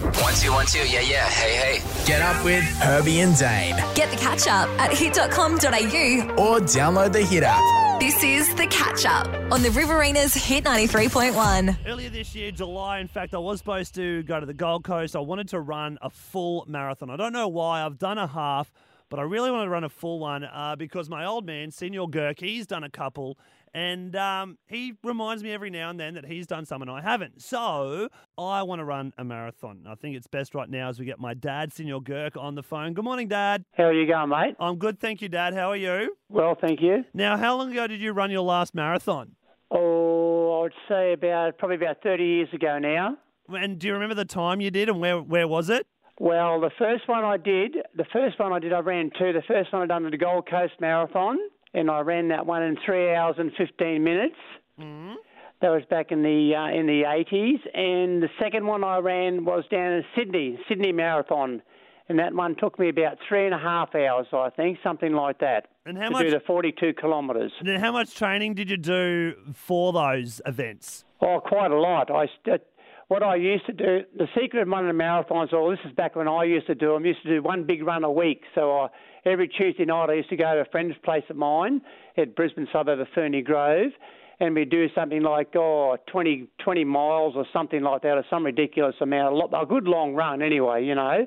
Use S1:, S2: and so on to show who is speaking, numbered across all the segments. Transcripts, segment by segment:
S1: One two one two. Yeah yeah. Hey hey.
S2: Get up with Herbie and Dane
S3: Get the catch up at hit.com.au.
S2: or download the Hit app.
S3: This is the catch up on the Riverina's Hit 93.1.
S4: Earlier this year, July, in fact, I was supposed to go to the Gold Coast. I wanted to run a full marathon. I don't know why. I've done a half, but I really wanted to run a full one uh, because my old man, Senor Gurk, he's done a couple. And um, he reminds me every now and then that he's done some and I haven't. So I want to run a marathon. I think it's best right now as we get my dad, Senor Gurk, on the phone. Good morning, Dad.
S5: How are you going, mate?
S4: I'm good. Thank you, Dad. How are you?
S5: Well, thank you.
S4: Now, how long ago did you run your last marathon?
S5: Oh, I would say about probably about 30 years ago now.
S4: And do you remember the time you did and where, where was it?
S5: Well, the first one I did, the first one I did, I ran two. The first one I done was the Gold Coast Marathon, and I ran that one in three hours and 15 minutes.
S4: Mm-hmm.
S5: That was back in the uh, in the 80s, and the second one I ran was down in Sydney, Sydney Marathon, and that one took me about three and a half hours, I think, something like that.
S4: And how
S5: to
S4: much-
S5: do the 42 kilometres.
S4: Now, how much training did you do for those events?
S5: Oh, quite a lot. I st- what I used to do, the secret of running marathons, or this is back when I used to do them, used to do one big run a week. So I, every Tuesday night, I used to go to a friend's place of mine at Brisbane suburb of Fernie Grove, and we'd do something like, oh, 20, 20 miles or something like that, or some ridiculous amount, a, lot, a good long run anyway, you know,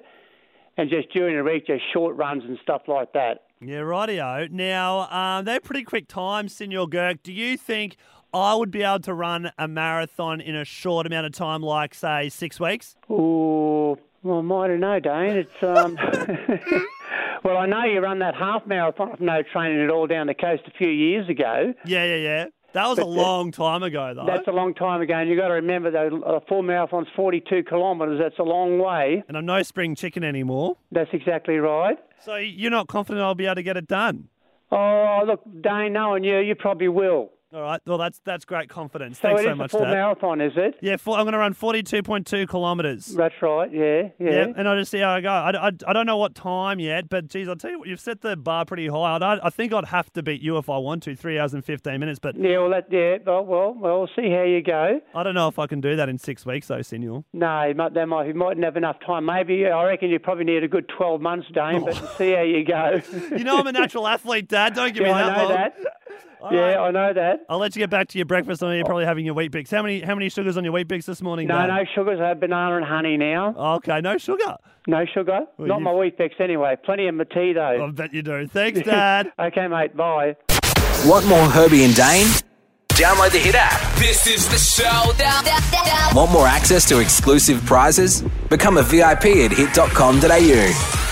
S5: and just during the week, just short runs and stuff like that.
S4: Yeah, rightio. Now, um, they're pretty quick times, Senor Girk. Do you think I would be able to run a marathon in a short amount of time, like, say, six weeks?
S5: Ooh, well, I don't know, Dane. It's um. well, I know you run that half marathon of no training at all down the coast a few years ago.
S4: Yeah, yeah, yeah. That was a long time ago, though.
S5: That's a long time ago, and you got to remember that a full marathon's 42 kilometres. That's a long way.
S4: and I'm no spring chicken anymore.
S5: That's exactly right.
S4: So you're not confident I'll be able to get it done?
S5: Oh, look, Dane, knowing you, you probably will.
S4: All right. Well, that's that's great confidence.
S5: So
S4: Thanks
S5: it is
S4: so much,
S5: a full
S4: Dad.
S5: marathon, is it?
S4: yeah, four, I'm going to run 42.2 kilometres.
S5: That's right. Yeah, yeah.
S4: Yeah, and I just see how I go. I, I, I don't know what time yet, but geez, I'll tell you what, you've set the bar pretty high. I, I think I'd have to beat you if I want to, three hours and 15 minutes, but
S5: Yeah, well, that, yeah, well, well, well, we'll see how you go.
S4: I don't know if I can do that in six weeks, though, Senor.
S5: No, you might, they might, you mightn't have enough time. Maybe, I reckon you probably need a good 12 months, Dane, but
S4: Oh.
S5: see how you go.
S4: You know I'm a natural athlete, Dad. Don't give me
S5: Yeah,
S4: that
S5: I know
S4: long.
S5: that. yeah, I know that.
S4: I'll let you get back to your breakfast. I know you're probably having your wheat bix. How many how many sugars on your wheat bix this morning?
S5: Oh. No,
S4: Dad?
S5: no sugars. I have banana and honey now.
S4: Okay, no sugar.
S5: No sugar. Not
S4: Oh. you-
S5: my Weetabix anyway. Plenty of my tea
S4: I
S5: though.
S4: bet you do. Thanks, Dad.
S5: Okay, mate. Bye.
S2: Want more Herbie and Dane?
S1: Download the Hit app.
S6: This is the showdown.
S2: Want more access to exclusive prizes? Become a VIP at hit.com.au.